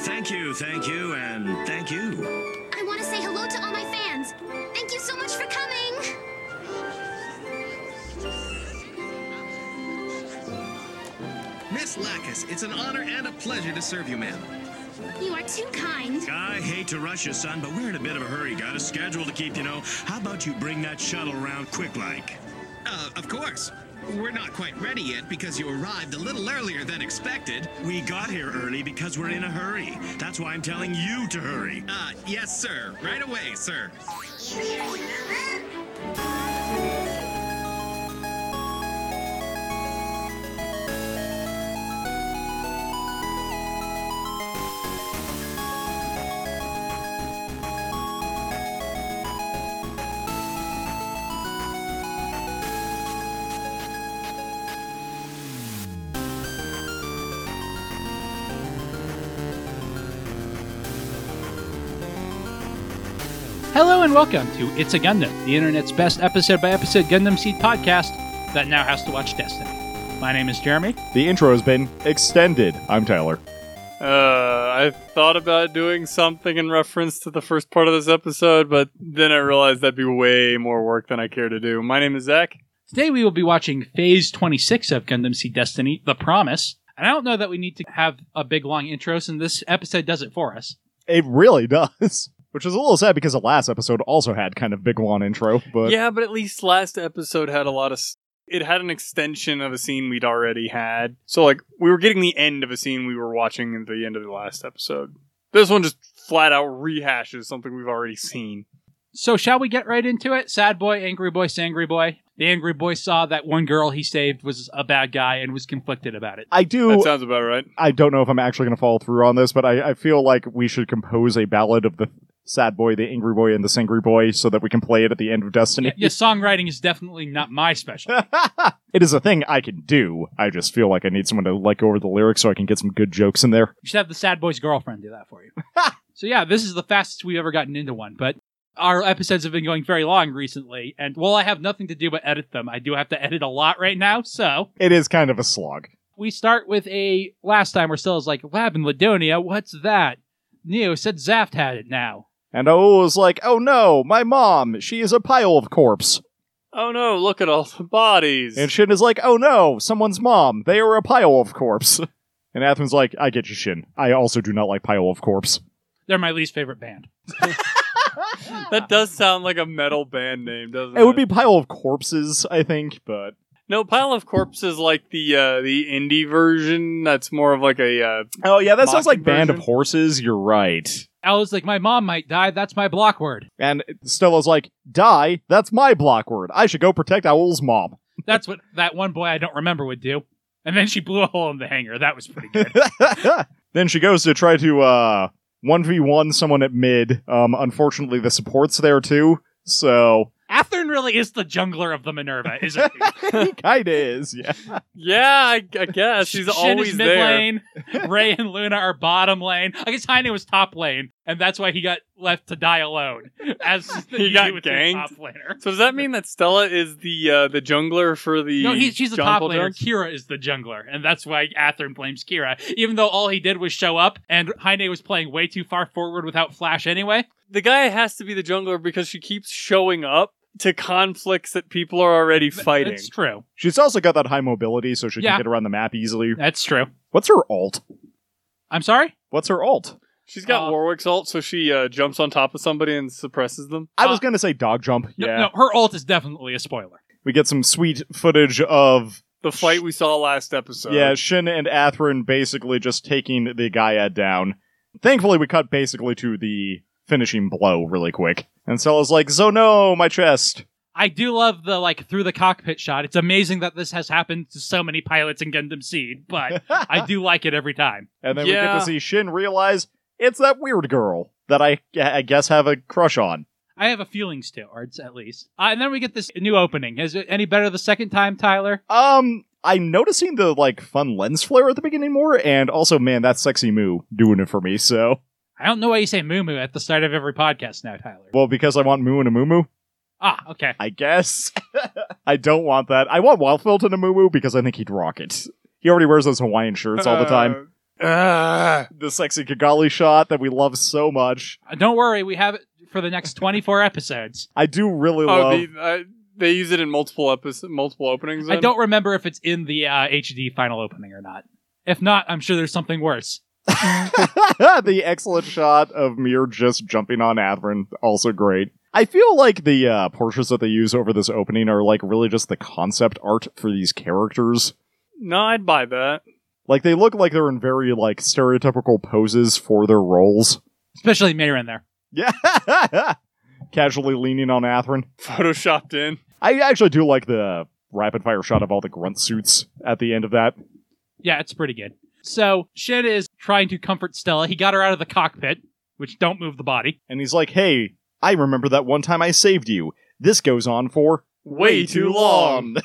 Thank you, thank you, and thank you. I want to say hello to all my fans. Thank you so much for coming. Miss Lacus, it's an honor and a pleasure to serve you, ma'am. You are too kind. I hate to rush you, son, but we're in a bit of a hurry. Got a schedule to keep, you know. How about you bring that shuttle around quick like? Uh, of course. We're not quite ready yet because you arrived a little earlier than expected. We got here early because we're in a hurry. That's why I'm telling you to hurry. Uh, yes, sir. Right away, sir. Hello and welcome to It's a Gundam, the internet's best episode by episode Gundam Seed podcast that now has to watch Destiny. My name is Jeremy. The intro's been extended. I'm Tyler. Uh, I thought about doing something in reference to the first part of this episode, but then I realized that'd be way more work than I care to do. My name is Zach. Today we will be watching Phase 26 of Gundam Seed Destiny, The Promise. And I don't know that we need to have a big long intro since this episode does it for us. It really does. Which is a little sad because the last episode also had kind of big one intro, but yeah, but at least last episode had a lot of. s it had an extension of a scene we'd already had. So, like, we were getting the end of a scene we were watching at the end of the last episode. This one just flat out rehashes something we've already seen. So shall we get right into it? Sad boy, angry boy, sangry boy. The angry boy saw that one girl he saved was a bad guy and was conflicted about it. I That do. sounds about right. I don't know if I'm actually going to follow through on this, but I, I feel like we should compose a ballad of the sad boy, the angry boy, and the sangry boy so that we can play it at the end of Destiny. Yeah, songwriting is definitely not my specialty. it is a thing I can do. I just feel like I need someone to like over the lyrics so I can get some good jokes in there. You should have the sad boy's girlfriend do that for you. so yeah, this is the fastest we've ever gotten into one, but our episodes have been going very long recently, and while I have nothing to do but edit them, I do have to edit a lot right now, so It is kind of a slog. we start with a last time where Stella's like, Lab in Ladonia, what's that? Neo said Zaft had it now. And I was like, oh no, my mom, she is a pile of corpse. Oh no, look at all the bodies. And Shin is like, oh no, someone's mom. They are a pile of corpse. And Athen's like, I get you, Shin. I also do not like pile of corpse. They're my least favorite band. that does sound like a metal band name, doesn't it? It would be pile of corpses, I think, but No, pile of corpses like the uh, the indie version. That's more of like a uh, oh yeah, that sounds Mocking like Band of version? Horses. You're right. Alice like, my mom might die, that's my block word. And Stella's like, die. That's my block word. I should go protect Owl's mom. That's what that one boy I don't remember would do. And then she blew a hole in the hangar. That was pretty good. then she goes to try to uh one v one someone at mid. Um, unfortunately, the support's there too, so Athern really is the jungler of the Minerva, isn't he? kinda is. Yeah, yeah. I, I guess she's Shin is always mid there. lane. Ray and Luna are bottom lane. I guess Heine was top lane, and that's why he got left to die alone. As He you got do with your ganked? top laner. So does that mean that Stella is the uh, the jungler for the? No, he, she's the John top Paul laner. Jones? Kira is the jungler, and that's why Athern blames Kira, even though all he did was show up, and Heine was playing way too far forward without flash anyway. The guy has to be the jungler because she keeps showing up to conflicts that people are already fighting. That's true. she's also got that high mobility, so she Yeah. can get around the map easily. That's true. What's her alt? I'm sorry. What's her alt? She's got Uh, Warwick's ult, so she uh, jumps on top of somebody and suppresses them. I Uh, was gonna say dog jump. No, yeah, no, her ult is definitely a spoiler. we get some sweet footage of The fight we saw last episode. yeah Shin and Atherin basically just taking the Gaiad down. Thankfully, we cut basically to the finishing blow really quick, and Stella's like, "Zono, my chest." I do love the like through the cockpit shot. It's amazing that this has happened to so many pilots in Gundam Seed, but I do like it every time. And then we get Yeah. to see Shin realize it's that weird girl that I, I guess have a crush on. I have a feelings towards at least. Uh, and then we get this new opening. Is it any better the second time, Tyler? Um, I'm noticing the like fun lens flare at the beginning more, and also, man, that sexy moo doing it for me. So, I don't know why you say moo moo at the start of every podcast now, Tyler. well, because I want moo and a moo moo, Ah, okay. I guess. I don't want that. I want Wildfelt and a moo moo because I think he'd rock it. He already wears those Hawaiian shirts all the time. Ugh. The sexy Kigali shot that we love so much. Uh, Don't worry, we have it for the next 24 episodes. I do really Oh, love. the, uh, they use it in multiple episodes, multiple openings. I then? don't remember if it's in the uh, HD final opening or not. If not, I'm sure there's something worse. The, excellent shot of Mir just jumping on Adrin, also great. I feel like the uh, portraits that they use over this opening are like really just the concept art for these characters. No, I'd buy that. Like they look like they're in very like stereotypical poses for their roles. Especially Mayor in there. Yeah, casually leaning on Atherin. Photoshopped in. I actually do like the rapid fire shot of all the grunt suits at the end of that. Yeah, it's pretty good. So Shed is trying to comfort Stella. He got her out of the cockpit, which don't move the body. And he's like, "Hey, I remember that one time I saved you. This goes on for And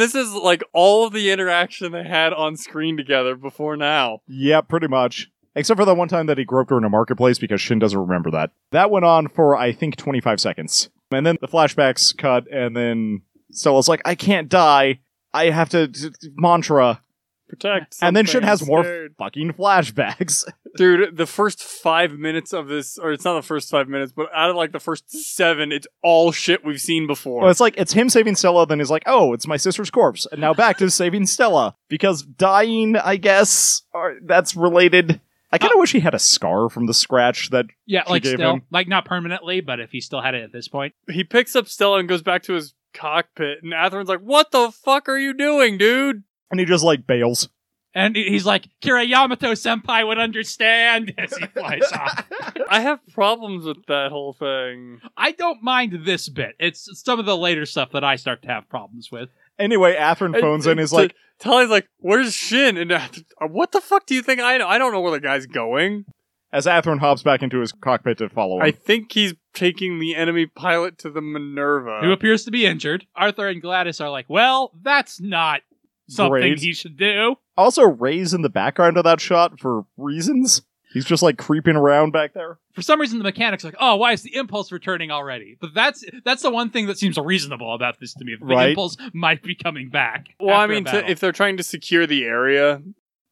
this is like all of the interaction they had on screen together before now. yeah, pretty much. Except for that one time that he groped her in a marketplace because Shin doesn't remember that. That went on for I think 25 seconds. And then the flashbacks cut and then Stella's like, "I can't die. I have to t- t- mantra." Protect. and then Shin something, has more scared. fucking flashbacks. Dude, the first five minutes of this, or it's not the first five minutes, but out of like the first seven, it's all shit we've seen before. Well, it's like it's him saving Stella, then he's like, "Oh, it's my sister's corpse," and now back to saving Stella because dying, I guess, are, that's related. I Uh, kind of wish he had a scar from the scratch. That Yeah, She like gave still, him- like not permanently, but if he still had it at this point. he picks up Stella and goes back to his cockpit, and Atherin's like, What the fuck are you doing, dude? and he just like bails. And he- he's like, Kira Yamato senpai would understand as he flies off. I have problems with that whole thing. I don't mind this bit. It's some of the later stuff that I start to have problems with. Anyway, Atherin phones in. He's To- like, Tally's like, Where's Shin? And Atherin, what the fuck do you think I know? I don't know where the guy's going. as Atherin hops back into his cockpit to follow I him. think he's taking the enemy pilot to the Uh. Minerva. Who appears to be injured. Arthur and Gladys are like, well, that's not something Great. he should do. also, Ray's in the background of that shot for reasons. He's just like creeping around back there. For some reason, the mechanics are like, oh, why is the impulse returning already? But that's that's the one thing that seems reasonable about this to me. The Right. impulse might be coming back. Well, I after a mean, to, battle. if they're trying to secure the area,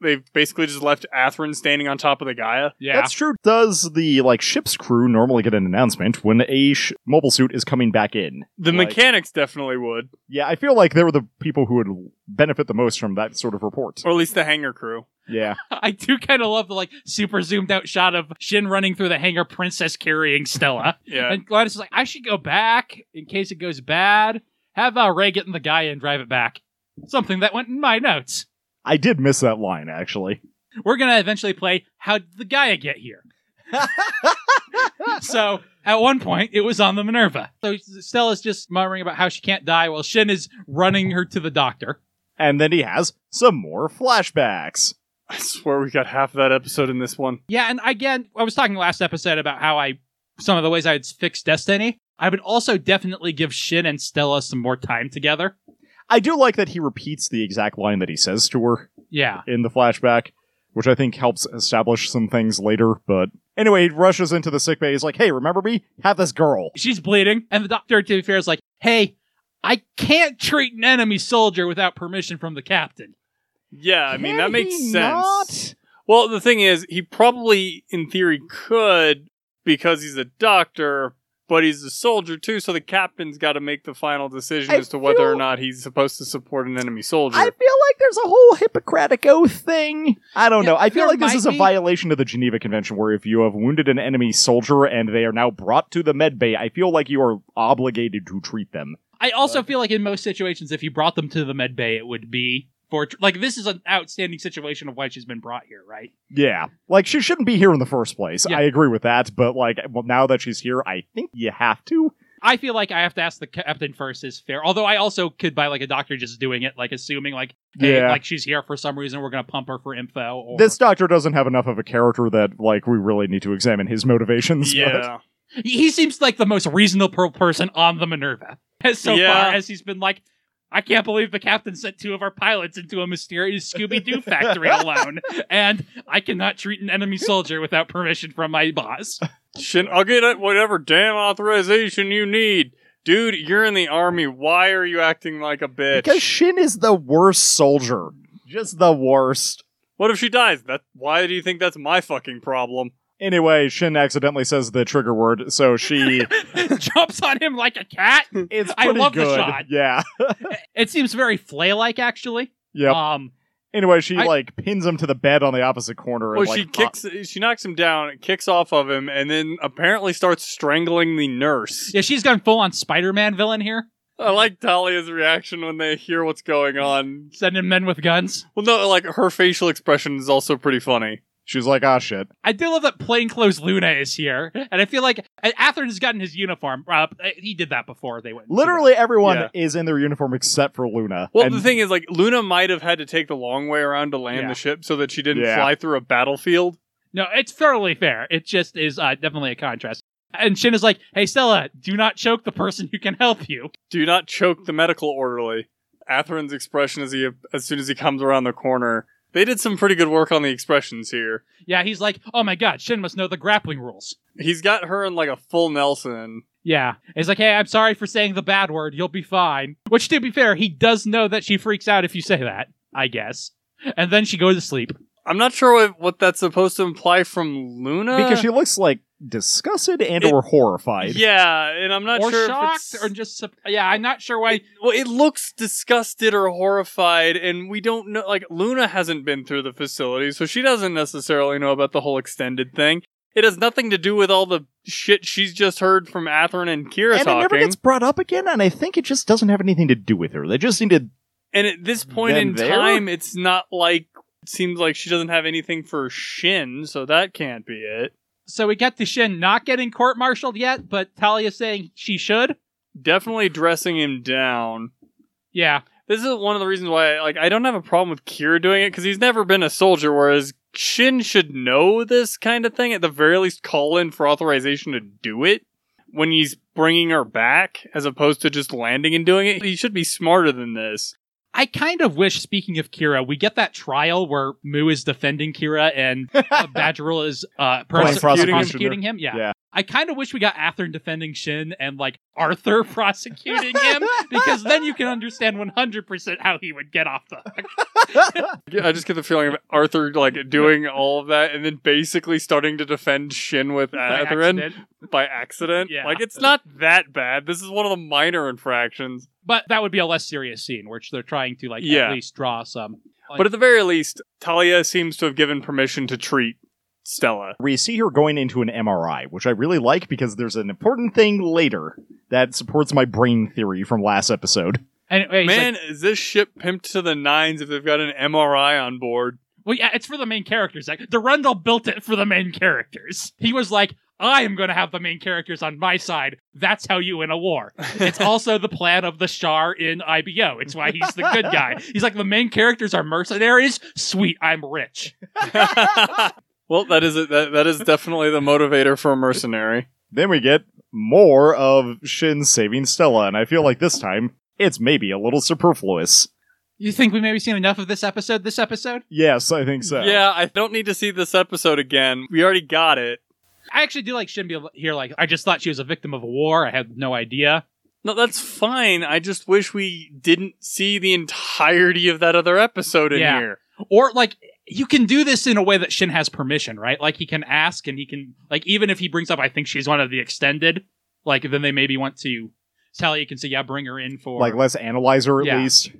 they've basically just left Atherin standing on top of the Gaia. yeah, That's true. Does the like ship's crew normally get an announcement when a sh- mobile suit is coming back in? The Like- mechanics definitely would, Yeah, I feel like they were the people who would benefit the most from that sort of report. or at least the hangar crew. Yeah. I do kind of love the like super zoomed out shot of Shin running through the hangar, princess carrying Stella, Yeah, and Gladys is like, I should go back in case it goes bad. Have uh, Ray get in the guy and drive it back. Something that went in my notes. I did miss that line, actually. we're gonna eventually play how did the Gaia get here so at one point it was on the minerva so stella's just muttering about how she can't die while shin is running her to the doctor And then he has some more flashbacks. I swear we got half of that episode in this one. yeah and again i was talking last episode about how i some of the ways i would fix destiny i would also definitely give shin and stella some more time together I do like that he repeats the exact line that he says to her yeah in the flashback, which I think helps establish some things later, but anyway, he rushes into the sickbay. He's like, hey, remember me? Have this girl. she's bleeding and the doctor to be fair is like hey i can't treat an enemy soldier without permission from the captain Yeah, I mean that Can makes he sense. not? Well, the thing is, he probably, in theory, could because he's a doctor, but he's a soldier too. So the captain's got to make the final decision I as to whether or feel- not he's supposed to support an enemy soldier. I feel like there's a whole Hippocratic oath thing. I don't Yeah, know. I feel there like this might is a be. violation of the Geneva Convention, where if you have wounded an enemy soldier and they are now brought to the med bay, I feel like you are obligated to treat them. I also feel like in most situations, if you brought them to the med bay, it would be for like this is an outstanding situation of why she's been brought here, right? Yeah, like she shouldn't be here in the first place. Yeah. I agree with that, but like, well, now that she's here, I think you have to. I feel like I have to ask the captain first is fair. Although I also could buy like a doctor just doing it, like assuming like hey, Yeah. like she's here for some reason, we're gonna pump her for info. Or This doctor doesn't have enough of a character that like we really need to examine his motivations. but- yeah, he he seems like the most reasonable person on the Minerva as so Yeah. far as he's been like. I can't believe the captain sent two of our pilots into a mysterious Scooby Doo factory alone, and I cannot treat an enemy soldier without permission from my boss. Shin, I'll get it whatever damn authorization you need. Dude, you're in the army. Why are you acting like a bitch? because Shin is the worst soldier, just the worst. What if she dies? That why do you think that's my fucking problem? Anyway, Shin accidentally says the trigger word, so she. Jumps on him like a cat. it's I pretty love the good. shot. Yeah. It seems very flay like, actually. Yep. Um, anyway, she I- like pins him to the bed on the opposite corner. Well, and, like, uh, she kicks, she knocks him down, kicks off of him, and then apparently starts strangling the nurse. yeah, she's gone full on Spider Man villain here, I like Dahlia's reaction when they hear what's going on. sending men with guns. Well, no, like her facial expression is also pretty funny. She's like, ah, shit. I do love that plainclothes Luna is here, and I feel like Atherton has gotten his uniform. Uh, he did that before they went. Literally everyone Yeah. is in their uniform except for Luna. Well, And the thing is, like Luna might have had to take the long way around to land Yeah. the ship so that she didn't Yeah. fly through a battlefield. No, it's thoroughly fair. It just is uh, definitely a contrast. And Shin is like, "Hey Stella, do not choke the person who can help you." Do not choke the medical orderly. Atherin's expression as he as soon as he comes around the corner. They did some pretty good work on the expressions here. Yeah, he's like, "Oh my god, Shin must know the grappling rules." He's got her in like a full Nelson. Yeah, he's like, "Hey, I'm sorry for saying the bad word. You'll be fine." Which, to be fair, he does know that she freaks out if you say that, I guess. And then she goes to sleep. I'm not sure what, what that's supposed to imply from Luna because she looks like disgusted and or horrified. uh, Yeah, and I'm not or sure shocked, if it's, or just sup- yeah, I'm not sure why. well, it looks disgusted or horrified, and we don't know. Like Luna hasn't been through the facility, so she doesn't necessarily know about the whole extended thing. It has nothing to do with all the shit she's just heard from Atherin and Kira And it talking. never gets brought up again, and I think it just doesn't have anything to do with her. They just need to and at this point Then in there? time, it's not like it seems like she doesn't have anything for Shin, so that can't be it. So we get to Shin not getting court-martialed yet, but Talia saying she should. Definitely dressing him down. Yeah, This is one of the reasons why, like, I don't have a problem with Kira doing it because he's never been a soldier. Whereas Shin should know this kind of thing at the very least, call in for authorization to do it when he's bringing her back, as opposed to just landing and doing it. He should be smarter than this. I kind of wish, speaking of Kira, we get that trial where Mu is defending Kira and uh, Badgeril is uh, prose- prosecution. prosecuting, him. Yeah. Yeah. I kind of wish we got Athern defending Shin and like Arthur prosecuting him because then you can understand 100% how he would get off the hook. I just get the feeling of Arthur like doing all of that and then basically starting to defend Shin with by Uh, Atherin accident. by accident. Yeah. Like it's not that bad. This is one of the minor infractions. But that would be a less serious scene, which they're trying to like Yeah. at least draw some. Like- but at the very least, Talia seems to have given permission to treat Stella. we see her going into an MRI, which I really like because there's an important thing later that supports my brain theory from last episode. Anyway, he's like, Man, is this ship pimped to the nines if they've got an MRI on board? Well, yeah, it's for the main characters. Like, Durandal built it for the main characters. He was like, I am going to have the main characters on my side. That's how you win a war. It's also the plan of the Shar in IBO. It's why he's the good guy. He's like, the main characters are mercenaries. Sweet, I'm rich. well, that is it. That, that is definitely the motivator for a mercenary. Then we get more of Shin saving Stella, and I feel like this time it's maybe a little superfluous. You think we maybe seen enough of this episode this episode? Yes, I think so. Yeah, I don't need to see this episode again. We already got it. I actually do like Shin be here. Like, I just thought she was a victim of a war. I had no idea. No, that's fine. I just wish we didn't see the entirety of that other episode in Yeah. here. or like you can do this in a way that Shin has permission, right? Like he can ask and he can like even if he brings up I think she's one of the extended, like then they maybe want to Talia can say, Yeah, bring her in for Like, let's analyze her at Yeah. least.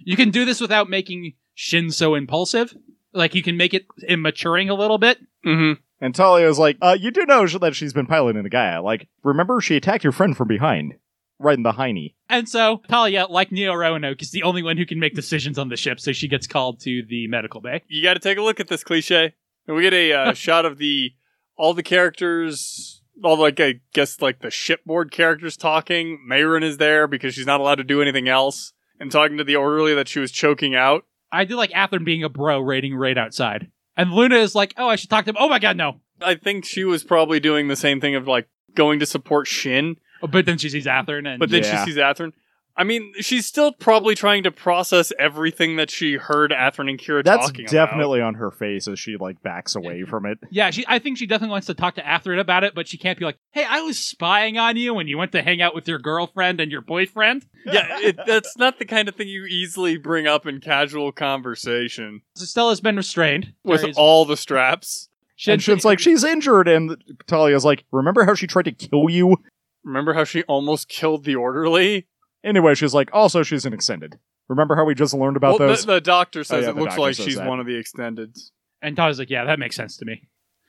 you can do this without making Shin so impulsive. Like you can make it immaturing a little bit. Mm-hmm. And Talia's like, uh, you do know that she's been piloting the guy. Like, remember she attacked your friend from behind, right in the hiney. And so Talia, like Neo Roanoke, is the only one who can make decisions on the ship, so she gets called to the medical bay. you got to take a look at this cliche. And we get a uh, shot of the all the characters, all like I guess like the shipboard characters talking. Mayron is there because she's not allowed to do anything else, and talking to the orderly that she was choking out. I do like Athern being a bro raiding raid outside. And Luna is like, Oh, I should talk to him. Oh my god, no. I think she was probably doing the same thing of like going to support Shin, But then she sees Athern and but then Yeah. she sees Atherin. I mean, she's still probably trying to process everything that she heard Athrun and Kira That's talking definitely on her face as she like backs away from it. Yeah, she. I think she definitely wants to talk to Athrun about it, but she can't be like, "Hey, I was spying on you when you went to hang out with your girlfriend and your boyfriend." about. Yeah, it, that's not the kind of thing you easily bring up in casual conversation So Stella's been restrained. with Jerry's- all the straps. and Shin's like, she's injured, and Talia's like, remember how she tried to kill you? Remember how she almost killed the orderly? Anyway, she's like, also she's an extended. Remember how we just learned about well, those? Oh, the, the doctor says yeah, it the looks doctor like says she's that. one of the extendeds. And Todd's like, yeah, that makes sense to me.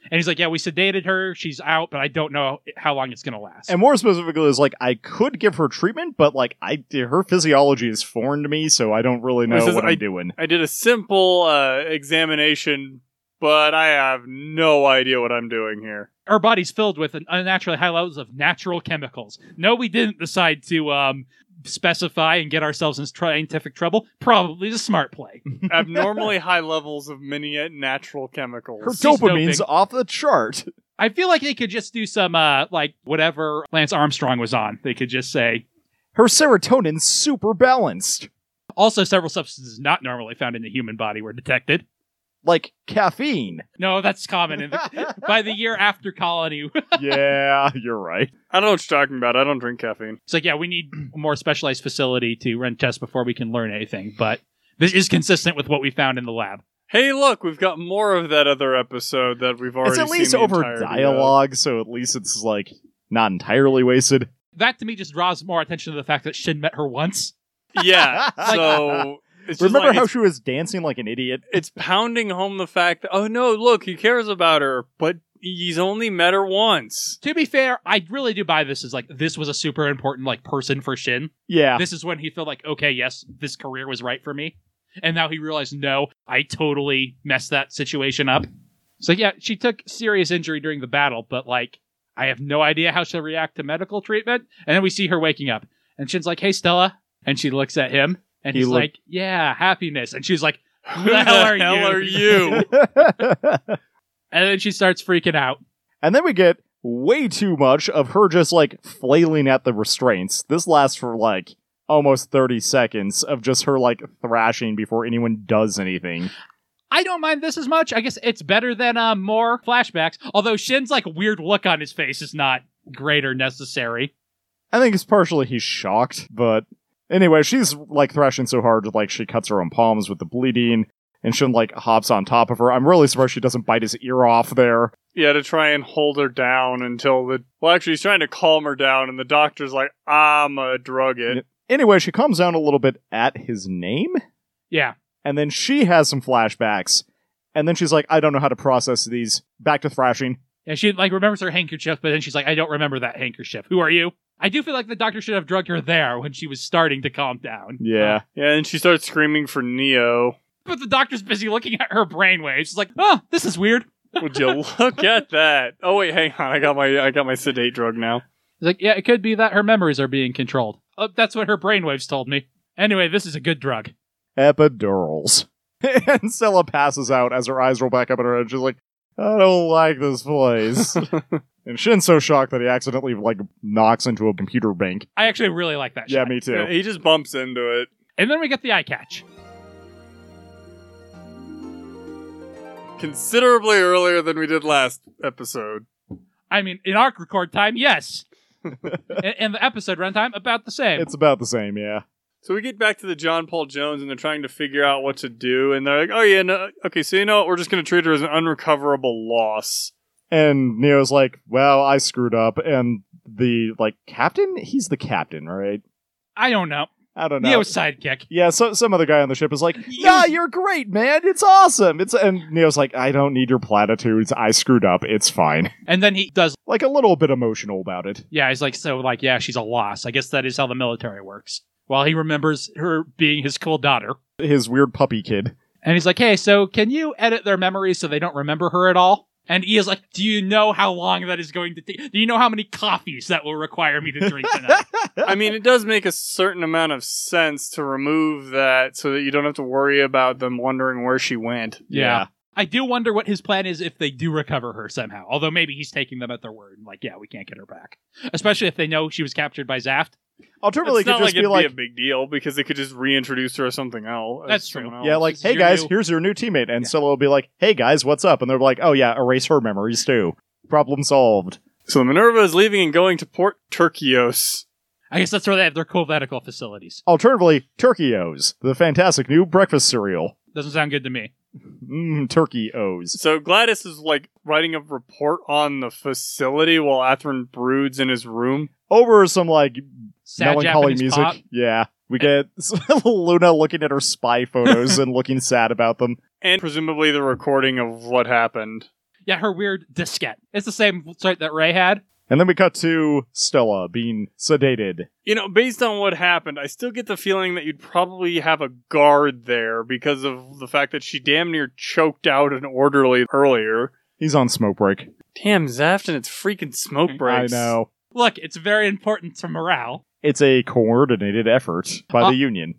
And he's like, yeah, we sedated her. She's out, but I don't know how long it's going to last. and more specifically, is like, I could give her treatment, but like, I her physiology is foreign to me, so I don't really know This is- what I, I- am doing. I did a simple uh, examination, but I have no idea what I'm doing here. Her body's filled with an unnaturally high levels of natural chemicals. No, we didn't decide to um, specify and get ourselves in scientific trouble. Probably the smart play. Mm-hmm. Abnormally high levels of many natural chemicals. Her She's dopamine's doping. off the chart. I feel like they could just do some, uh, like, whatever Lance Armstrong was on. They could just say, Her serotonin's super balanced. also, several substances not normally found in the human body were detected. Like caffeine. No, that's common. In the, by the year after Colony, yeah, you're right. I don't know what you're talking about. I don't drink caffeine. It's like, yeah, we need a more specialized facility to run tests before we can learn anything, but this is consistent with what we found in the lab. Hey, look, we've got more of that other episode that we've already It's at seen least the over entirety of. dialogue, so at least it's like not entirely wasted. That to me just draws more attention to the fact that Shin met her once. Yeah. So it's just Remember like how it's, she was dancing like an idiot? it's pounding home the fact that oh no, look, he cares about her, but he's only met her once. To be fair, I really do buy this as like this was a super important like person for Shin. Yeah. This is when he felt like, okay, yes, this career was right for me. And now he realized, no, I totally messed that situation up. So yeah, she took serious injury during the battle, but like I have no idea how she'll react to medical treatment. And then we see her waking up. And Shin's like, hey Stella. And she looks at him and He he's look- like, Yeah, happiness. And she's like, Who the hell are you? and then she starts freaking out. and then we get way too much of her just like flailing at the restraints. This lasts for like almost 30 seconds of just her like thrashing before anyone does anything. I don't mind this as much. I guess it's better than uh, more flashbacks. Although Shin's like weird look on his face is not great or necessary. I think it's partially he's shocked, but anyway, she's like thrashing so hard like she cuts her own palms with the bleeding and Shin like hops on top of her. I'm really surprised she doesn't bite his ear off there. Yeah, to try and hold her down until the well, actually, he's trying to calm her down, and the doctor's like, "I'm a drug it." Anyway, she calms down a little bit at his name. Yeah. and then she has some flashbacks and then she's like i don't know how to process these back to thrashing And she like remembers her handkerchief, but then she's like, I don't remember that handkerchief. Who are you? I do feel like the doctor should have drugged her there when she was starting to calm down. yeah Yeah, and she starts screaming for Neo. But the doctor's busy looking at her brainwaves. She's like, oh, this is weird. Would you look at that? Oh wait, hang on. I got my I got my sedate drug now. It's like, yeah, it could be that her memories are being controlled. Oh, that's what her brainwaves told me. Anyway, this is a good drug. epidurals and stella passes out as her eyes roll back up in her head she's like i don't like this place and shin's so shocked that he accidentally like knocks into a computer bank I actually really like that. yeah shot. me too Yeah, he just bumps into it. And then we get the eye catch. considerably earlier than we did last episode. I mean, in arc record time, yes. and, and the episode runtime, about the same. it's about the same yeah So we get back to the John Paul Jones, and they're trying to figure out what to do. And they're like, "Oh yeah, no, okay. So you know what? We're just going to treat her as an unrecoverable loss." and neo's like well i screwed up and the like captain he's the captain right I don't know. i don't know Neo's sidekick. Yeah, so, some other guy on the ship is like, He "Yeah, was- you're great, man. It's awesome." It's and Neo's like, "I don't need your platitudes. I screwed up. It's fine." And then he does, Like a little bit emotional about it. yeah, he's like, so, like, yeah, she's a loss. I guess that is how the military works. While he remembers her being his cool daughter. His weird puppy kid. And he's like, hey, so can you edit their memories so they don't remember her at all? And E is like, do you know how long that is going to take? Do you know how many coffees that will require me to drink tonight? I mean, it does make a certain amount of sense to remove that, so that you don't have to worry about them wondering where she went. Yeah. I do wonder what his plan is if they do recover her somehow. Although maybe he's taking them at their word. Like, yeah, we can't get her back. Especially if they know she was captured by Zaft. Alternatively, it it's could not just like be it'd like, be a big deal because they could just reintroduce her as something else. as That's true. someone yeah, else. like, This is hey your guys, new- here's your new teammate, and Yeah. Scylla will be like, hey guys, what's up? And they're like, oh yeah, erase her memories too. Problem solved. so. The Minerva is leaving and going to Port Turkios. I guess that's where they have their covetical facilities. Alternatively, Turkey-O's, the fantastic new breakfast cereal. Doesn't sound good to me. Mmm, Turkey-O's. So Gladys is like writing a report on the facility while Athrun broods in his room. Over some, like, Sad melancholy Japanese music. pop. Yeah. We get Luna looking at her spy photos and looking sad about them. And presumably the recording of what happened. Yeah, her weird diskette. It's the same site that Ray had. And then we cut to Stella being sedated. You know, based on what happened, I still get the feeling that you'd probably have a guard there because of the fact that she damn near choked out an orderly earlier. He's on smoke break. Damn, Zafton, it's freaking smoke breaks. I know. Look, it's very important to morale. It's a coordinated effort by Uh, the Union.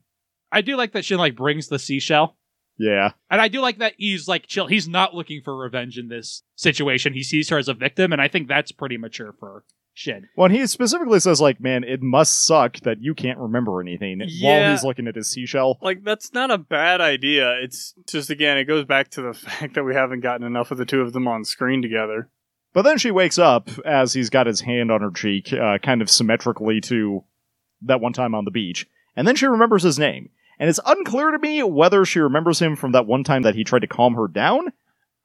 I do like that she like brings the seashell. Yeah. And I do like that he's like chill. He's not looking for revenge in this situation. He sees her as a victim, and I think that's pretty mature for Shin. When he specifically says, like, man, it must suck that you can't remember anything while Yeah. he's looking at his seashell. Like, that's not a bad idea. It's just, again, it goes back to the fact that we haven't gotten enough of the two of them on screen together. But then she wakes up as he's got his hand on her cheek, uh, kind of symmetrically to that one time on the beach. And then she remembers his name. And it's unclear to me whether she remembers him from that one time that he tried to calm her down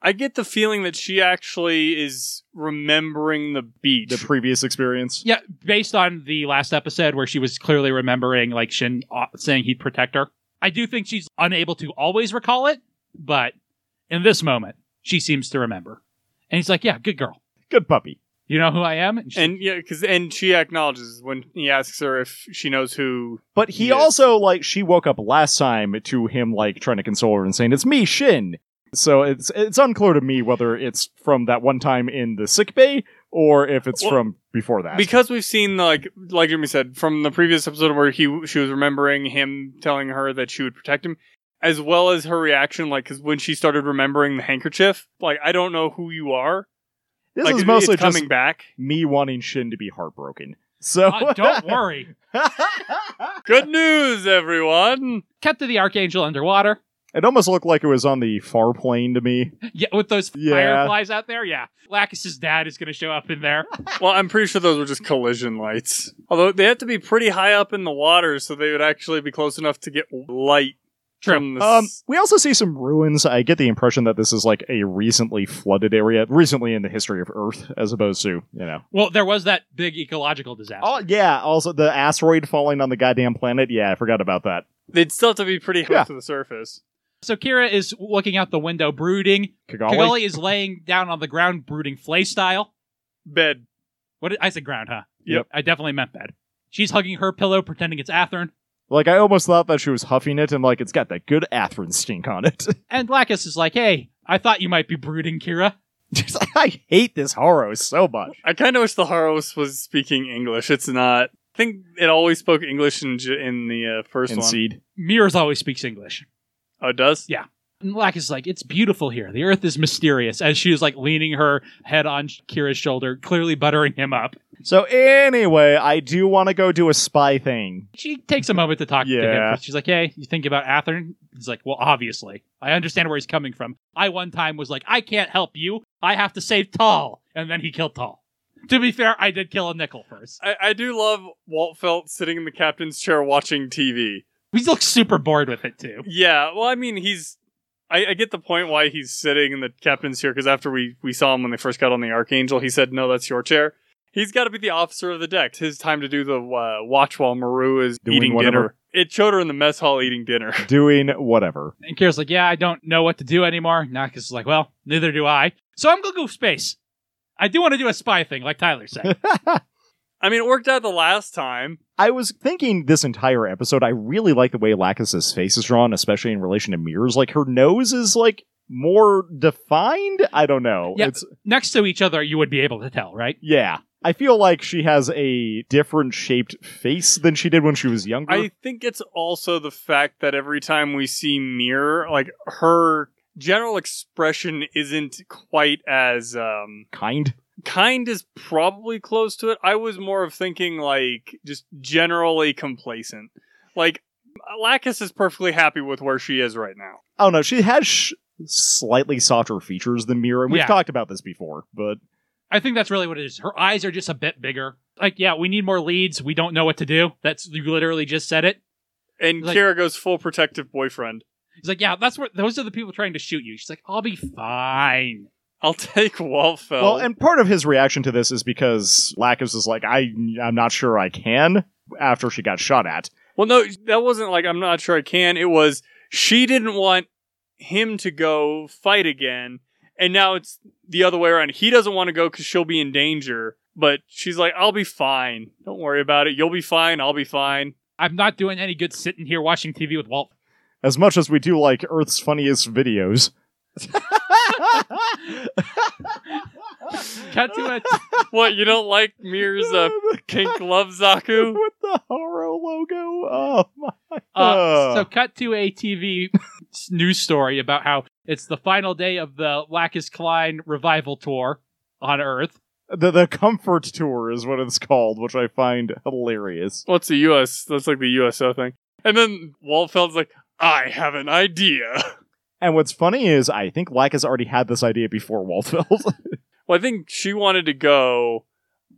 I get the feeling that she actually is remembering the beach. the previous experience. Yeah, based on the last episode where she was clearly remembering like Shin uh, saying he'd protect her. I do think she's unable to always recall it, but in this moment, she seems to remember. And he's like, "Yeah, good girl. Good puppy. You know who I am." And, she's and yeah, because and she acknowledges when he asks her if she knows who But he Yes. also like she woke up last time to him like trying to console her and saying it's me Shin. So it's it's unclear to me whether it's from that one time in the sick bay or if it's Well, from before that. because we've seen like like Jimmy said from the previous episode where he she was remembering him telling her that she would protect him, as well as her reaction like because when she started remembering the handkerchief, like I don't know who you are. this like, is it- mostly it's just coming back. me wanting Shin to be heartbroken. So "Uh, don't worry. Good news, everyone. Cut to the archangel underwater. it almost looked like it was on the far plane to me. Yeah, with those Yeah. fireflies out there. Yeah, Lacus's dad is going to show up in there. Well, I'm pretty sure those were just collision lights. Although they have to be pretty high up in the water, so they would actually be close enough to get light True. from the Um, s- we also see some ruins. I get the impression that this is like a recently flooded area, recently in the history of Earth, as opposed to you know Well, there was that big ecological disaster. Oh yeah, also the asteroid falling on the goddamn planet. Yeah, I forgot about that. They'd still have to be pretty high Yeah. to the surface. So Kira is looking out the window, brooding. Kigali. Kigali is laying down on the ground, brooding flay style. Bed. What did I said ground, huh? Yep. I definitely meant bed. She's hugging her pillow, pretending it's Athern. Like I almost thought that she was huffing it and like it's got that good Atherin stink on it. And Lacus is like, hey, I thought you might be brooding, Kira. Just, I hate this horror so much. I kind of wish the Haros was speaking English. It's not. I think it always spoke English in, J- in the uh, first And one. seed. Mirrors always speaks English. Oh, it does? Yeah. And Lacus is like, it's beautiful here. The earth is mysterious. As she is like leaning her head on Kira's shoulder, clearly buttering him up. So anyway, I do want to go do a spy thing. She takes a moment to talk to Yeah. him. She's like, hey, you think about Athern? He's like, well, obviously. I understand where he's coming from. I one time was like, I can't help you. I have to save Tall. And then he killed Tall. To be fair, I did kill a nickel first. I, I do love Walt Felt sitting in the captain's chair watching TV. He looks super bored with it, too. Yeah, well, I mean, he's. I, I get the point why he's sitting in the captain's chair because after we, we saw him when they first got on the Archangel, he said, no, that's your chair. He's got to be the officer of the deck. It's His time to do the uh, watch while Maru is Doing eating whatever. dinner. It showed her in the mess hall eating dinner. Doing whatever. And Kira's like, yeah, I don't know what to do anymore. Nakas is like, well, neither do I. So I'm going to go space. I do want to do a spy thing, like Tyler said. I mean, it worked out the last time. I was thinking this entire episode, I really like the way Lacus's face is drawn, especially in relation to mirrors. Like her nose is like more defined. I don't know. Yeah. It's Next to each other, you would be able to tell, right? Yeah. I feel like she has a different shaped face than she did when she was younger. I think it's also the fact that every time we see Mirror, like her general expression isn't quite as um kind. kind is probably close to it. I was more of thinking like just generally complacent. Like Lacus is perfectly happy with where she is right now. I don't know. She has sh- slightly softer features than Mira. and We've Yeah. talked about this before, but I think that's really what it is. Her eyes are just a bit bigger. Like, yeah, we need more leads. We don't know what to do. That's you literally just said it. And Like- Kira goes full protective boyfriend. He's like, yeah, that's what those are the people trying to shoot you. She's like, I'll be fine. I'll take Walfeld. well, and part of his reaction to this is because Lacus is like, I I'm not sure I can after she got shot at. Well, no, that wasn't like I'm not sure I can. It was she didn't want him to go fight again, and now it's the other way around. He doesn't want to go because she'll be in danger, but she's like, "I'll be fine. Don't worry about it. You'll be fine. I'll be fine." I'm not doing any good sitting here watching TV with Walt. As much as we do like Earth's funniest videos. Cut to uh, it. what you don't like Mir's uh, pink love Zaku? with the Haro logo. Oh my Uh, so cut to a TV news story about how it's the final day of the Lacus Klein revival tour on Earth. the the comfort tour is what it's called, which I find hilarious. What's the U.S.? That's like the USO thing. And then Waltfeld's like, "I have an idea." And what's funny is I think Lacus already had this idea before Waltfeld. Well, I think she wanted to go,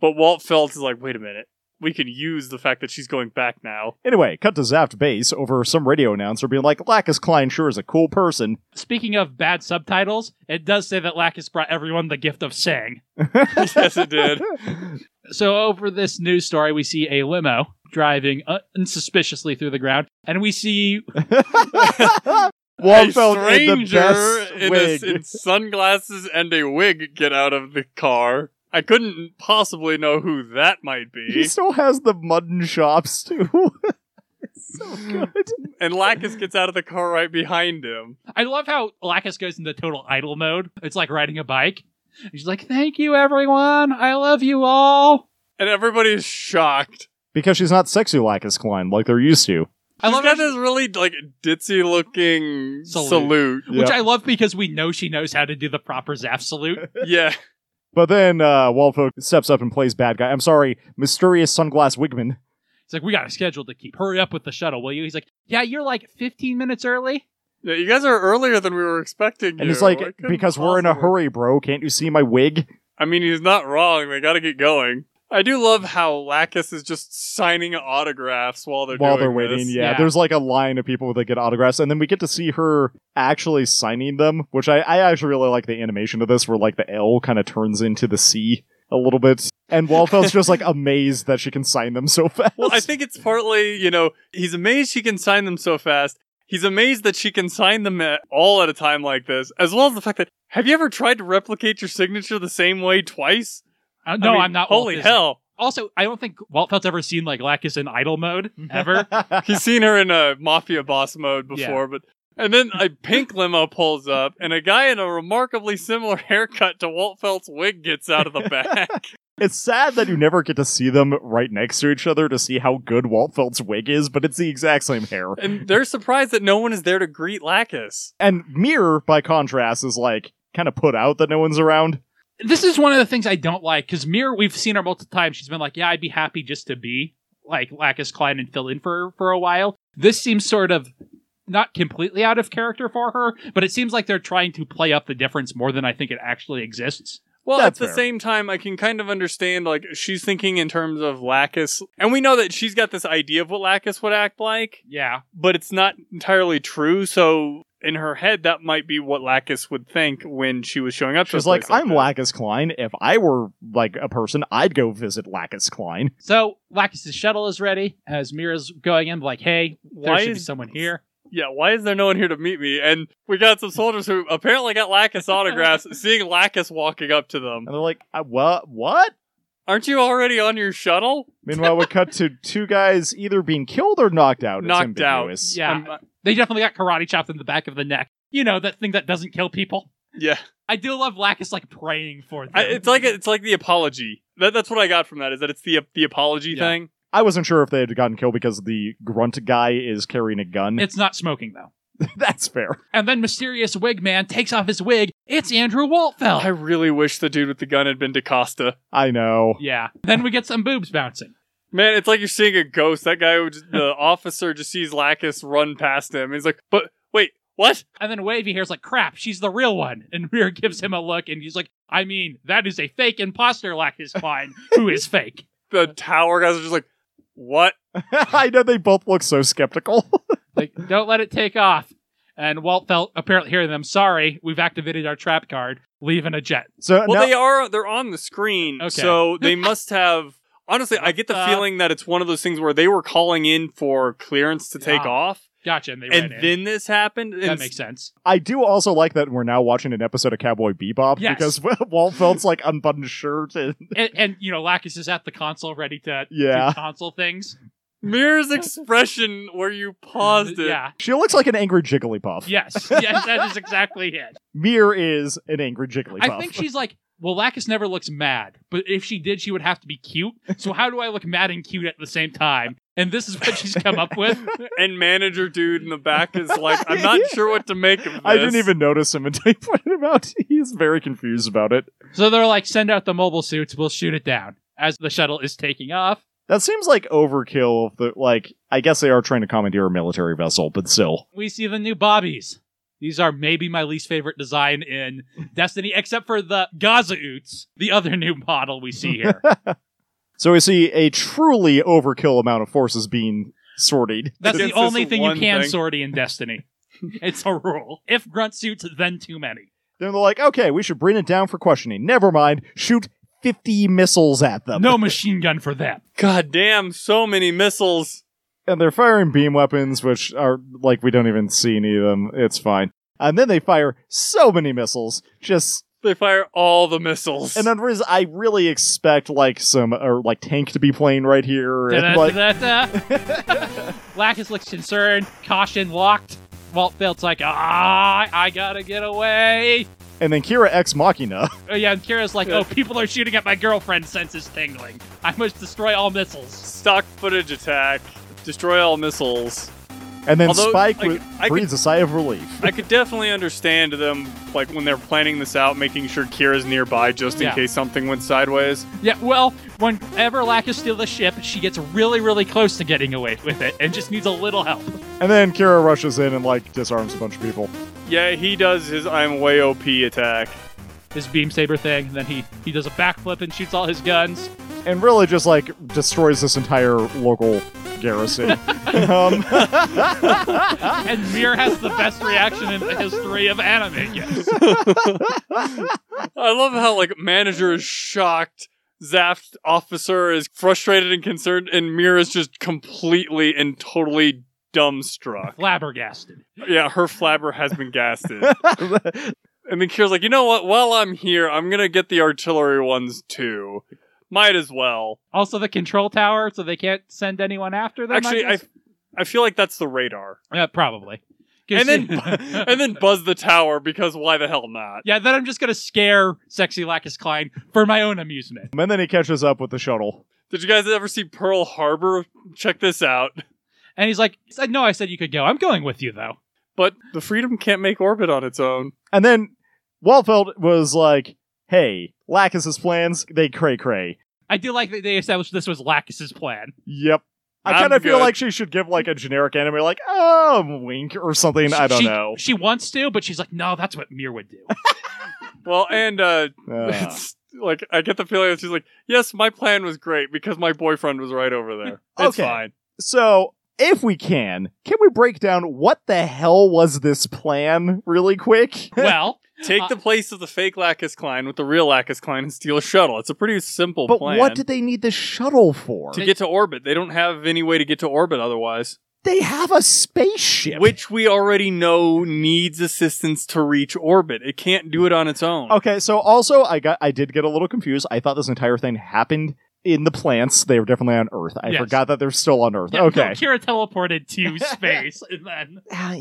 but Walt Felt is like, wait a minute. We can use the fact that she's going back now. anyway, cut to Zaft Base over some radio announcer being like, Lacus Klein sure is a cool person. Speaking of bad subtitles, it does say that Lacus brought everyone the gift of sang. yes, it did. So over this news story, we see a limo driving uh, unsuspiciously through the ground, and we see Waltfeld a in the stranger best in, a s- wig. in sunglasses and a wig get out of the car. I couldn't possibly know who that might He be. still has the mud and shops too. It's so good. And Lacus gets out of the car right behind him. I love how Lacus goes into total idle mode. It's like riding a bike. And she's like, "Thank you, everyone. I love you all." And everybody's shocked. Because she's not sexy Lacus Klein like they're used to. I She's love got it, this really like ditzy looking Salute. salute. which Yeah. I love because we know she knows how to do the proper Zaf salute. Yeah. But then uh, Waltfeld steps up and plays bad guy. I'm sorry, mysterious sunglass wigman. It's like, "We got a schedule to keep. Hurry up with the shuttle, will you?" He's like, "Yeah, you're like 15 minutes early." Yeah, you guys are earlier than we were expecting. And you. he's like, I couldn't because we're in a possibly- hurry, bro. Can't you see my wig? I mean, he's not wrong. They got to get going. I do love how Lacus is just signing autographs while they're While doing they're waiting, this. yeah, Yeah. There's like a line of people that get autographs, and then we get to see her actually signing them, which I, I actually really like the animation of this, where like the L kind of turns into the C a little bit. And Walfeld's just like amazed that she can sign them so fast. Well, I think it's partly, you know, he's amazed she can sign them so fast. He's amazed that she can sign them at all at a time like this, as well as the fact that have you ever tried to replicate your signature the same way twice? Uh, no, I mean, I'm not. Walt Holy Disney. hell! Also, I don't think Walt Felt's ever seen like Lacus in idle mode ever. He's seen her in a mafia boss mode before, but and then a pink limo pulls up, and a guy in a remarkably similar haircut to Walt Felt's wig gets out of the back. it's sad that you never get to see them right next to each other to see how good Waltfeld's wig is, but it's the exact same hair. and they're surprised that no one is there to greet Lacus. And Mirror, by contrast, is like kind of put out that no one's around. this is one of the things I don't like because Mir, we've seen her multiple times. She's been like, "Yeah, I'd be happy just to be like Lacus Klein and fill in for for a while." This seems sort of not completely out of character for her, but it seems like they're trying to play up the difference more than I think it actually exists. Well, That's at the fair. same time, I can kind of understand like she's thinking in terms of Lacus, and we know that she's got this idea of what Lacus would act like, Yeah, but it's not entirely true. So in her head, that might be what Lacus would think when she was showing up. to a She's like, place I'm this." Lacus Klein. If I were like a person, I'd go visit Lacus Klein. so Lacus's shuttle is ready as Mira's going in, like, "Hey, there Why should be is- someone here." Yeah, why is there no one here to meet me? And we got some soldiers who apparently got Lacus autographs, seeing Lacus walking up to them. And they're like, I, what? What? Aren't you already on your shuttle? Meanwhile, we cut to two guys either being killed or knocked out. It's Knocked out. Um, uh, ambiguous. Yeah, I'm- they definitely got karate chopped in the back of the neck. You know that thing that doesn't kill people. yeah. I do love Lacus like praying for them. I, it's like it's like the apology. That, that's what I got from that is that it's the the apology Yeah. thing. I wasn't sure if they had gotten killed because the grunt guy is carrying a gun. it's not smoking though. That's fair. And then mysterious wig man takes off his wig. It's Andrew Waltfeld. I really wish the dude with the gun had been DaCosta. I know. yeah. Then we get some boobs bouncing. Man, it's like you're seeing a ghost. That guy, who just, the officer, just sees Lacus run past him. He's like, but wait, what? And then Wavy here's like, crap, she's the real one. And Weir gives him a look and he's like, I mean, that is a fake imposter like his fine, who is fake. The tower guys are just like, what? I know they both look so skeptical. Like, don't let it take off. And Walt felt apparently hearing them, sorry, we've activated our trap card, leave in a jet. so Well, now, they are. They're on the screen, Okay. so they must have. Honestly, I get the Uh, feeling that it's one of those things where they were calling in for clearance to take Yeah. off, Gotcha. And they ran and in. then this happened. that and makes sense. I do also like that we're now watching an episode of Cowboy Bebop Yes. because Walt Feld's like unbuttoned shirt and and, and you know, Lacus is at the console ready to Yeah. do console things. Mirror's expression where you paused it. Yeah. she looks like an angry Jigglypuff. Yes. Yes, that is exactly it. Mir is an angry Jigglypuff. I think she's like, well, Lacus never looks mad, but if she did, she would have to be cute. So how do I look mad and cute at the same time? And this is what she's come up with. And manager dude in the back is like, I'm not sure what to make of this. I didn't even notice him until you pointed him out. He's very confused about it. So they're like, send out the mobile suits, we'll shoot it down as the shuttle is taking off. That seems like overkill. Of the, like, I guess they are trying to commandeer a military vessel, but still. We see the new bobbies. These are maybe my least favorite design in Destiny, except for the Gaza Oots, the other new model we see here. So we see a truly overkill amount of forces being sorted. That's the It's only just thing you one can thing. sortie in Destiny. it's a rule. If grunt suits, then too many. Then they're like, okay, we should bring it down for questioning. Never mind. Shoot 50 missiles at Uh, them. No machine gun for them. God damn, so many missiles. And they're firing beam weapons, which are like, we don't even see any of them. It's fine. And then they fire so many missiles. Just They fire all the missiles. and then I really expect like some or like tank to be playing right here. And, like, Da-da-da-da. uh, Lacus looks concerned, caution locked. Walt Felt's like, ah, I gotta get away. and then Kira Ex Machina. Oh, yeah, and Kira's like, oh, people are shooting at my girlfriend, senses tingling. I must destroy all missiles. Stock footage attack. Destroy all missiles. And then Although, Spike like, re- I could- breathes a sigh of relief. I could definitely understand them, like when they're planning this out, making sure Kira's nearby just in Yeah. case something went sideways. Yeah, well, whenever Lacus steals the ship, she gets really, really close to getting away with it and just needs a little help. And then Kira rushes in and like disarms a bunch of people. Yeah, he does his I'm way OP attack. His beam saber thing, and then he, he does a backflip and shoots all his guns. and really just like destroys this entire local garrison. um, And Mir has the best reaction in the history of anime. Yes. I love how like manager is shocked, Zaft officer is frustrated and concerned, and Mira is just completely and totally dumbstruck. Flabbergasted. Yeah, her flabber has been gasted. And then Kira's like, you know what? While I'm here, I'm gonna get the artillery ones too. Might as well. Also, the control tower, so they can't send anyone after them. Actually, I, guess? I feel like that's the radar. Uh, probably. 'Cause- And then, and then buzz the tower because why the hell not? yeah, then I'm just gonna scare sexy Lacus Klein for my own amusement. and then he catches up with the shuttle. Did you guys ever see Pearl Harbor? Check this out. And he's like, "I know I said you could go. I'm going with you though." But the Freedom can't make orbit on its own. And then Walfeld was like, hey, Lacus's plans, they cray cray. I do like that they established this was Lacus's plan. Yep. I I'm kind of feel good. like she should give like a generic anime, like, um, wink or something. I don't She- know. She wants to, but she's like, "No, that's what Mir would do." Well, and uh, Uh, it's like I get the feeling that she's like, yes, my plan was great because my boyfriend was right over there. It's Okay. fine. so, if we can, can we break down what the hell was this plan really quick? well, Take Uh, the place of the fake Lacus Klein with the real Lacus Klein and steal a shuttle. It's a pretty simple But plan. what did they need the shuttle for? to get to orbit? They don't have any way to get to orbit otherwise, They have a spaceship. which we already know needs assistance to reach orbit. It can't do it on its own. Okay, so also I got I did get a little confused. I thought this entire thing happened in the plants. They were definitely on Earth. I Yes. forgot that they're still on Earth. yeah, no, okay. Kira teleported to space, and then Ah,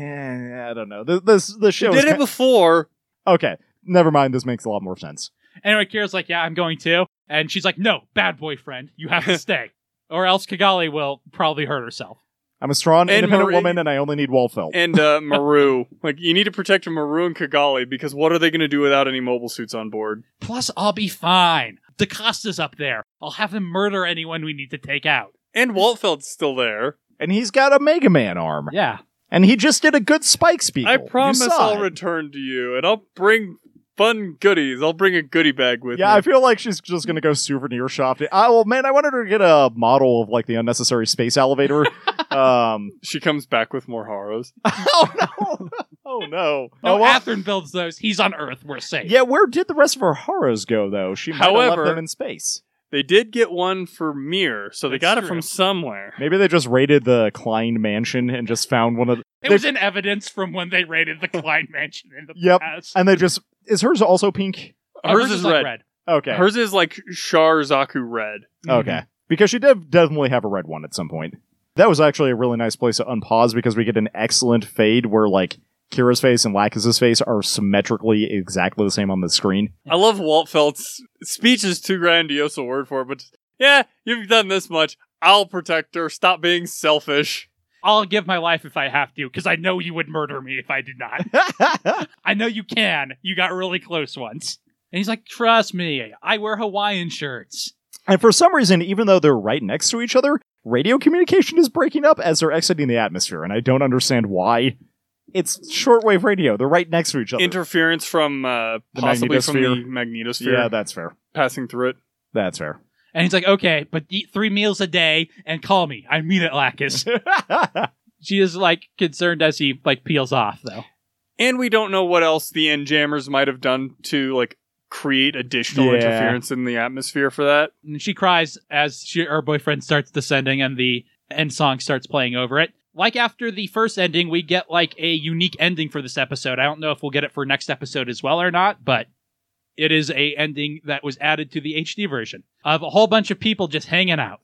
yeah, I don't know. This this, this show They is did it ki- before. Okay. Never mind, this makes a lot more sense. Anyway, Kira's like, yeah, I'm going too. And she's like, no, bad boyfriend. You have to stay. Or else Kigali will probably hurt herself. I'm a strong, independent Marie- woman, and I only need wall felt. and uh, Maru. like you need to protect Maru and Kigali because what are they going to do without any mobile suits on board? Plus, I'll be fine. DaCosta's up there. I'll have him murder anyone we need to take out. And Waltfeld's still there. And he's got a Mega Man arm. Yeah. And he just did a good Spike speak. I promise I'll return. return to you, and I'll bring fun goodies. I'll bring a goodie bag with Yeah, me. I feel like she's just gonna go souvenir shop. Oh man, I wanted her to get a model of like the unnecessary space elevator. um, she comes back with more horrors. oh no, oh no. No, oh, well- Atherin builds those. He's on Earth. We're safe. yeah, where did the rest of her horrors go though? She might have However- left them in space. They did get one for Mir, so they That's got it true. from somewhere. Maybe they just raided the Klein mansion and just found one of. The- It was in evidence from when they raided the Klein mansion in the Yep. past. and they just is hers also pink? Uh, Hers is like red. Okay, Hers is like Shar Zaku red. okay, Mm-hmm. because she did definitely have a red one at some point. That was actually a really nice place to unpause because we get an excellent fade where like Kira's face and Lacus's face are symmetrically exactly the same on the screen. I love Walt Felt's speech is too grandiose a word for it, but yeah, you've done this much. I'll protect her. Stop being selfish. I'll give my life if I have to, because I know you would murder me if I did not. I know you can. You got really close once. And he's like, trust me, I wear Hawaiian shirts. And for some reason, even though they're right next to each other, radio communication is breaking up as they're exiting the atmosphere, and I don't understand why. It's shortwave radio. They're right next to each other. Interference from uh, The possibly from the magnetosphere. magnetosphere yeah, that's fair. passing through it. That's fair. And he's like, okay, but eat three meals a day and call me. I mean it, Lacus. she is like concerned as he like peels off though. And we don't know what else the end jammers might have done to like create additional Yeah. interference in the atmosphere for that. And she cries as she, her boyfriend starts descending and the end song starts playing over it. Like after the first ending, we get like a unique ending for this episode. I don't know if we'll get it for next episode as well or not, but it is a ending that was added to the HD version of a whole bunch of people just hanging out.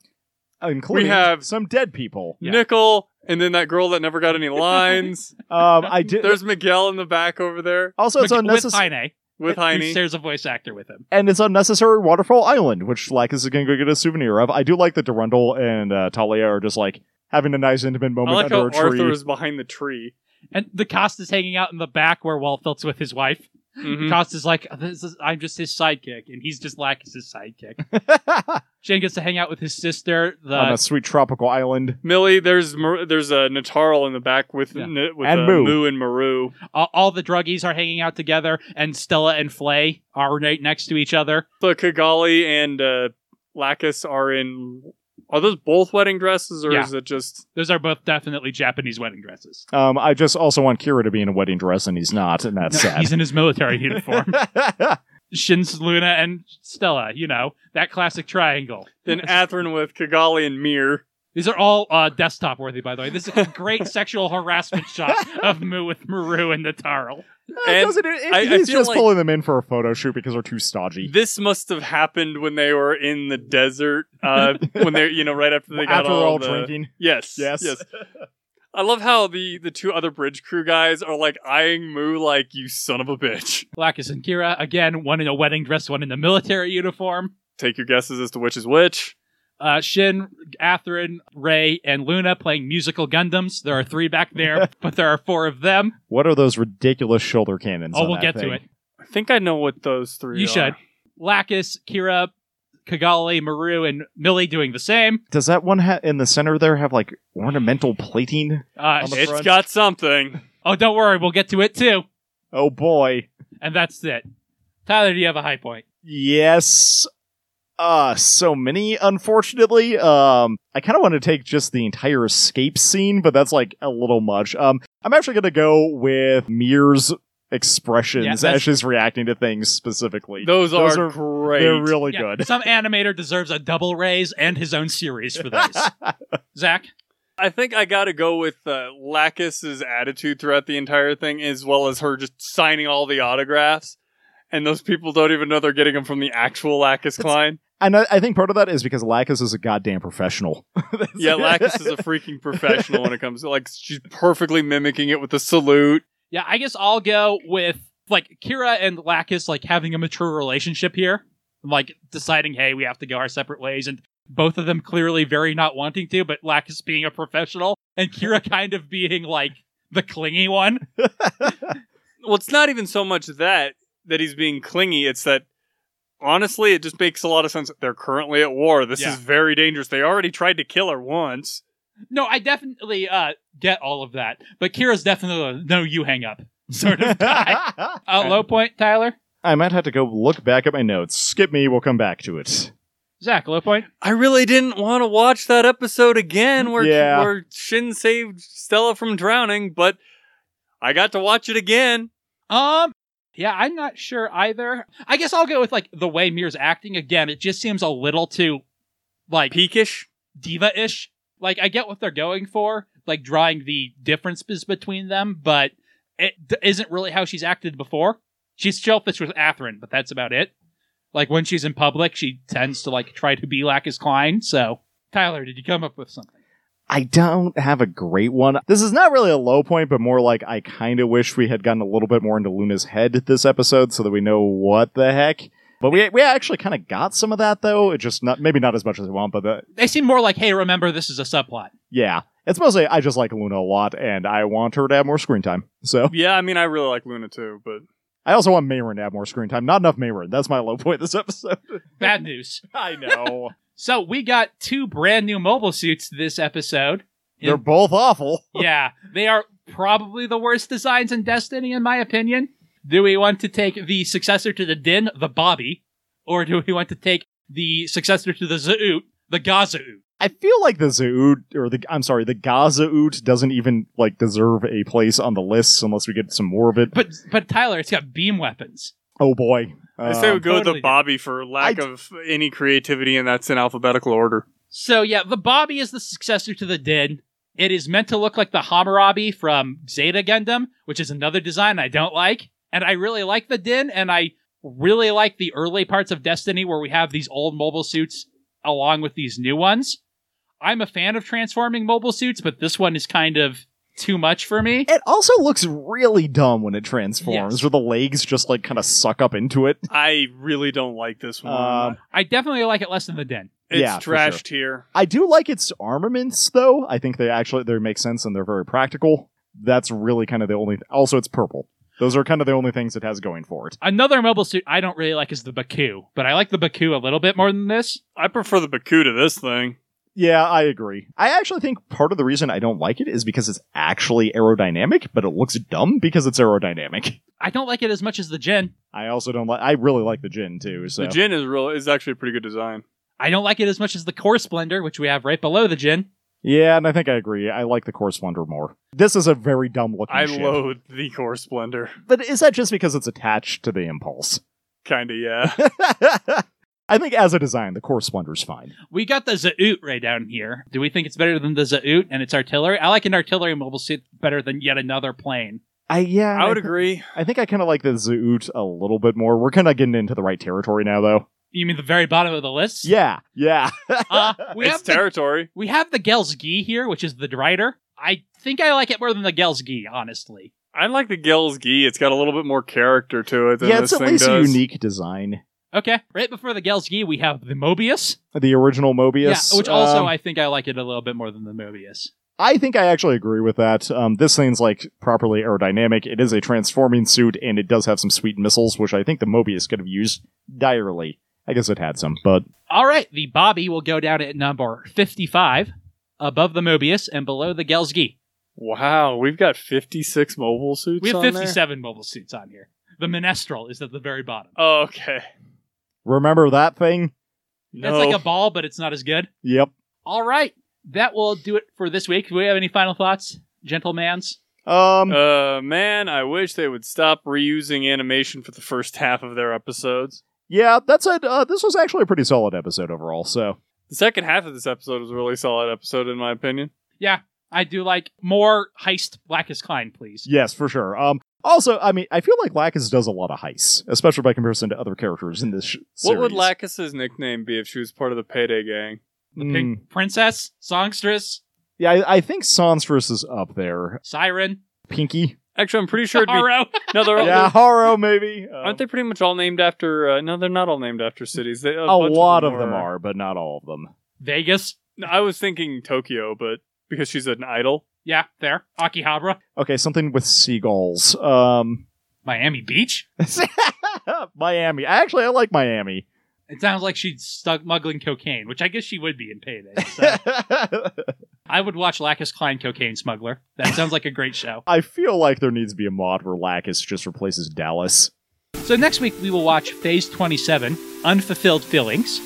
Including have- some dead people. Yeah. Nickel, and then that girl that never got any lines. Um, I did. There's Miguel in the back over there also, with, it's with unnecessary. Heine, with who Heine. shares a voice actor with him. And it's unnecessary Waterfall Island, which Lacus is going to go get a souvenir of. I do like that Durandal and uh, Talia are just like having a nice intimate I moment like how under a tree. Arthur is behind the tree. And the cost is hanging out in the back where Walfelt's with his wife. Mhm. Cost is like, "Oh, this is, I'm just his sidekick, and he's just Lacus's sidekick. Shane gets to hang out with his sister. The on a sweet tropical island. Millie, there's Mar- there's a Natarl in the back with Yeah. N- with And uh, Moo. Moo and Maru. all, all the druggies are hanging out together, and Stella and Flay are right next to each other. So Kigali and uh, Lacus are in. Are those both wedding dresses, or Yeah. is it just? Those are both definitely Japanese wedding dresses. Um, I just also want Kira to be in a wedding dress, and he's not, and that's No, he's in his military uniform. sad. Shin's Luna and Stella, you know that classic triangle. Then Atherin with Kigali and Mir. These are all uh, desktop worthy, by the way. This is a great sexual harassment shot of Mu with Maru and Natarl. And Doesn't it- it- I- I he's feel just like- pulling them in for a photo shoot because they're too stodgy. This must have happened when they were in the desert. Uh, when they're you know right after they got After they're all the- drinking. Yes, Yes. yes. I love how the the two other bridge crew guys are like eyeing Moo like you son of a bitch. Lacus and Kira again, one in a wedding dress, one in a military uniform. Take your guesses as to which is which. Uh, Shin, Atherin, Ray, and Luna playing musical Gundams. There are three back there, but there are four of them. What are those ridiculous shoulder cannons? oh, on we'll that get thing? to it. I think I know what those three. You are. should. Lacus, Kira, Kigali, Maru, and Millie doing the same. Does that one ha- in the center there have like ornamental plating? Uh, On the sh- It's front. got something. oh, don't worry, we'll get to it too. Oh boy. And that's it. Tyler, do you have a high point? Yes. Uh, so many, unfortunately. Um, I kind of want to take just the entire escape scene, but that's like a little much. Um, I'm actually gonna go with Mir's Yeah, expressions that's- as she's reacting to things specifically. Those, Those are, are- great. They're really Yeah, good. Some animator deserves a double raise and his own series for those. Zach? I think I got to go with uh, Lacus's attitude throughout the entire thing, as well as her just signing all the autographs. And those people don't even know they're getting them from the actual Lacus Klein. And I, I think part of that is because Lacus is a goddamn professional. Yeah, Lacus is a freaking professional when it comes to like she's perfectly mimicking it with the salute. Yeah, I guess I'll go with like Kira and Lacus like having a mature relationship here. Like deciding, hey, we have to go our separate ways, and both of them clearly very not wanting to, but Lacus being a professional and Kira kind of being like the clingy one. Well, it's not even so much that that he's being clingy. It's that honestly, it just makes a lot of sense. They're currently at war. This Yeah. is very dangerous. They already tried to kill her once. No, I definitely uh, get all of that, but Kira's definitely the no. You hang up, sort of guy. uh, low point, Tyler. I might have to go look back at my notes. Skip me, we'll come back to it. Zach, low point. I really didn't want to watch that episode again where Yeah. where Shin saved Stella from drowning, but I got to watch it again. Um, yeah, I'm not sure either. I guess I'll go with like the way Mir's acting again. It just seems a little too like Peakish. diva-ish. Like I get what they're going for, like drawing the differences between them, but it d- isn't really how she's acted before. She's shellfish with Athrun, but that's about it. Like when she's in public, she tends to like try to be Lacus Klein. So, Tyler, did you come up with something? I don't have a great one. This is not really a low point, but more like I kind of wish we had gotten a little bit more into Luna's head this episode so that we know what the heck. But we, we actually kind of got some of that though. It just not maybe not as much as we want, but the, They seem more like, "Hey, remember this is a subplot." yeah, it's mostly I just like Luna a lot and I want her to have more screen time. So Yeah, I mean, I really like Luna too, but I also want Mayron to have more screen time. Not enough Mayron. That's my low point this episode. Bad news. I know So we got two brand new mobile suits this episode. they're both awful. yeah, they are probably the worst designs in Destiny, in my opinion. Do we want to take the successor to the Din, the Bobby, or do we want to take the successor to the Zoot, the Gazoot? I feel like the Zoot or the I'm sorry, the Gaza Oot doesn't even like deserve a place on the list unless we get some more of it. But but Tyler, it's got beam weapons. Oh boy. I say we Um, go with totally. the Bobby for lack I- of any creativity, and that's in alphabetical order. So yeah, the Bobby is the successor to the Din. It is meant to look like the Hammurabi from Zeta Gundam, which is another design I don't like. And I really like the Din, and I really like the early parts of Destiny where we have these old mobile suits along with these new ones. I'm a fan of transforming mobile suits, but this one is kind of too much for me. it also looks really dumb when it transforms, Yes. where the legs just like kind of suck up into it. I really don't like this one. Um, I definitely like it less than the Din. it's yeah, for sure. trashed here. I do like its armaments though. I think they actually they make sense and they're very practical. That's really kind of the only. also, it's purple. Those are kind of the only things it has going for it. Another mobile suit I don't really like is the Baku, but I like the Baku a little bit more than this. I prefer the Baku to this thing. Yeah, I agree. I actually think part of the reason I don't like it is because it's actually aerodynamic, but it looks dumb because it's aerodynamic. I don't like it as much as the Jin. I also don't like. I really like the gin too. So The gin is real is actually a pretty good design. I don't like it as much as the core splendor, which we have right below the gin. yeah, and I think I agree. I like the Core Splendor more. This is a very dumb looking. I ship. loathe the core splendor. But is that just because it's attached to the Impulse? Kinda, yeah. I think as a design, the Core Splendor's fine. We got the Zaoot right down here. Do we think it's better than the Zaoot and its artillery? I like an artillery mobile suit better than yet another plane. I yeah, I would thi- agree. I think I kind of like the Zoot a little bit more. We're kind of getting into the right territory now, though. You mean the very bottom of the list? Yeah, yeah. Uh, we, It's have the, territory. we have the Gelsgi here, which is the Drider. I think I like it more than the Gelsgi, honestly. I like the Gels Gi. It's got a little bit more character to it than yeah, this it's at thing least does. a unique design. Okay, right before the Gelsgi, we have the Mobius. The original Mobius, yeah, which also um, I think I like it a little bit more than the Mobius. I think I actually agree with that. Um, this thing's like properly aerodynamic. It is a transforming suit, and it does have some sweet missiles, which I think the Mobius could have used direly. I guess it had some, but All right, the Bobby will go down at number 55, above the Mobius and below the Gelsgi. Wow, we've got fifty six mobile suits. We have on there? 57 mobile suits on here. The Minestrel is at the very bottom. Oh, okay. remember that thing? No. It's like a ball, but it's not as good. Yep. All right. That will do it for this week. Do we have any final thoughts, gentlemans? Um, Uh, man, I wish they would stop reusing animation for the first half of their episodes. yeah, that's a. Uh, this was actually a pretty solid episode overall. So The second half of this episode was a really solid episode, in my opinion. I do like more heist Lacus Klein, please. yes, for sure. Um, also, I mean, I feel like Lacus does a lot of heists, especially by comparison to other characters in this. Sh- What would series. Lacus's nickname be if she was part of the Payday Gang? The Hmm. Mm, Pink Princess, Songstress, yeah, I, I think Sonsverse is up there. Siren, Pinky. Actually, I'm pretty sure it'd be. Haro. No, they're all, Yeah, Haro maybe. Um, aren't they pretty much all named after? Uh, no, they're not all named after cities. They, a a bunch lot of them are, but not all of them. Vegas. No, I was thinking Tokyo, but because she's an idol. Yeah, there. Akihabara. Okay, something with seagulls. Um, Miami Beach. Miami. Actually, I like Miami. It sounds like she's smuggling cocaine, which I guess she would be in payday. So I would watch Lacus Klein Cocaine Smuggler. That sounds like a great show. I feel like there needs to be a mod where Lacus just replaces Dallas. So next week we will watch Phase 27, Unfulfilled Feelings.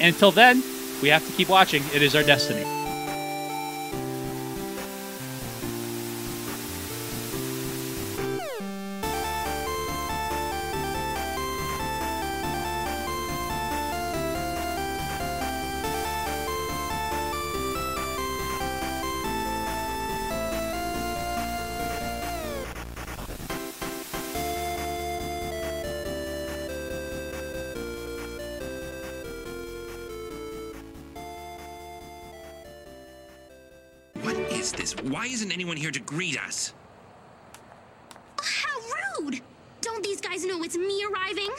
And until then, we have to keep watching. It is our destiny. What is this? Why isn't anyone here to greet us? Oh, How rude! Don't these guys know it's me arriving?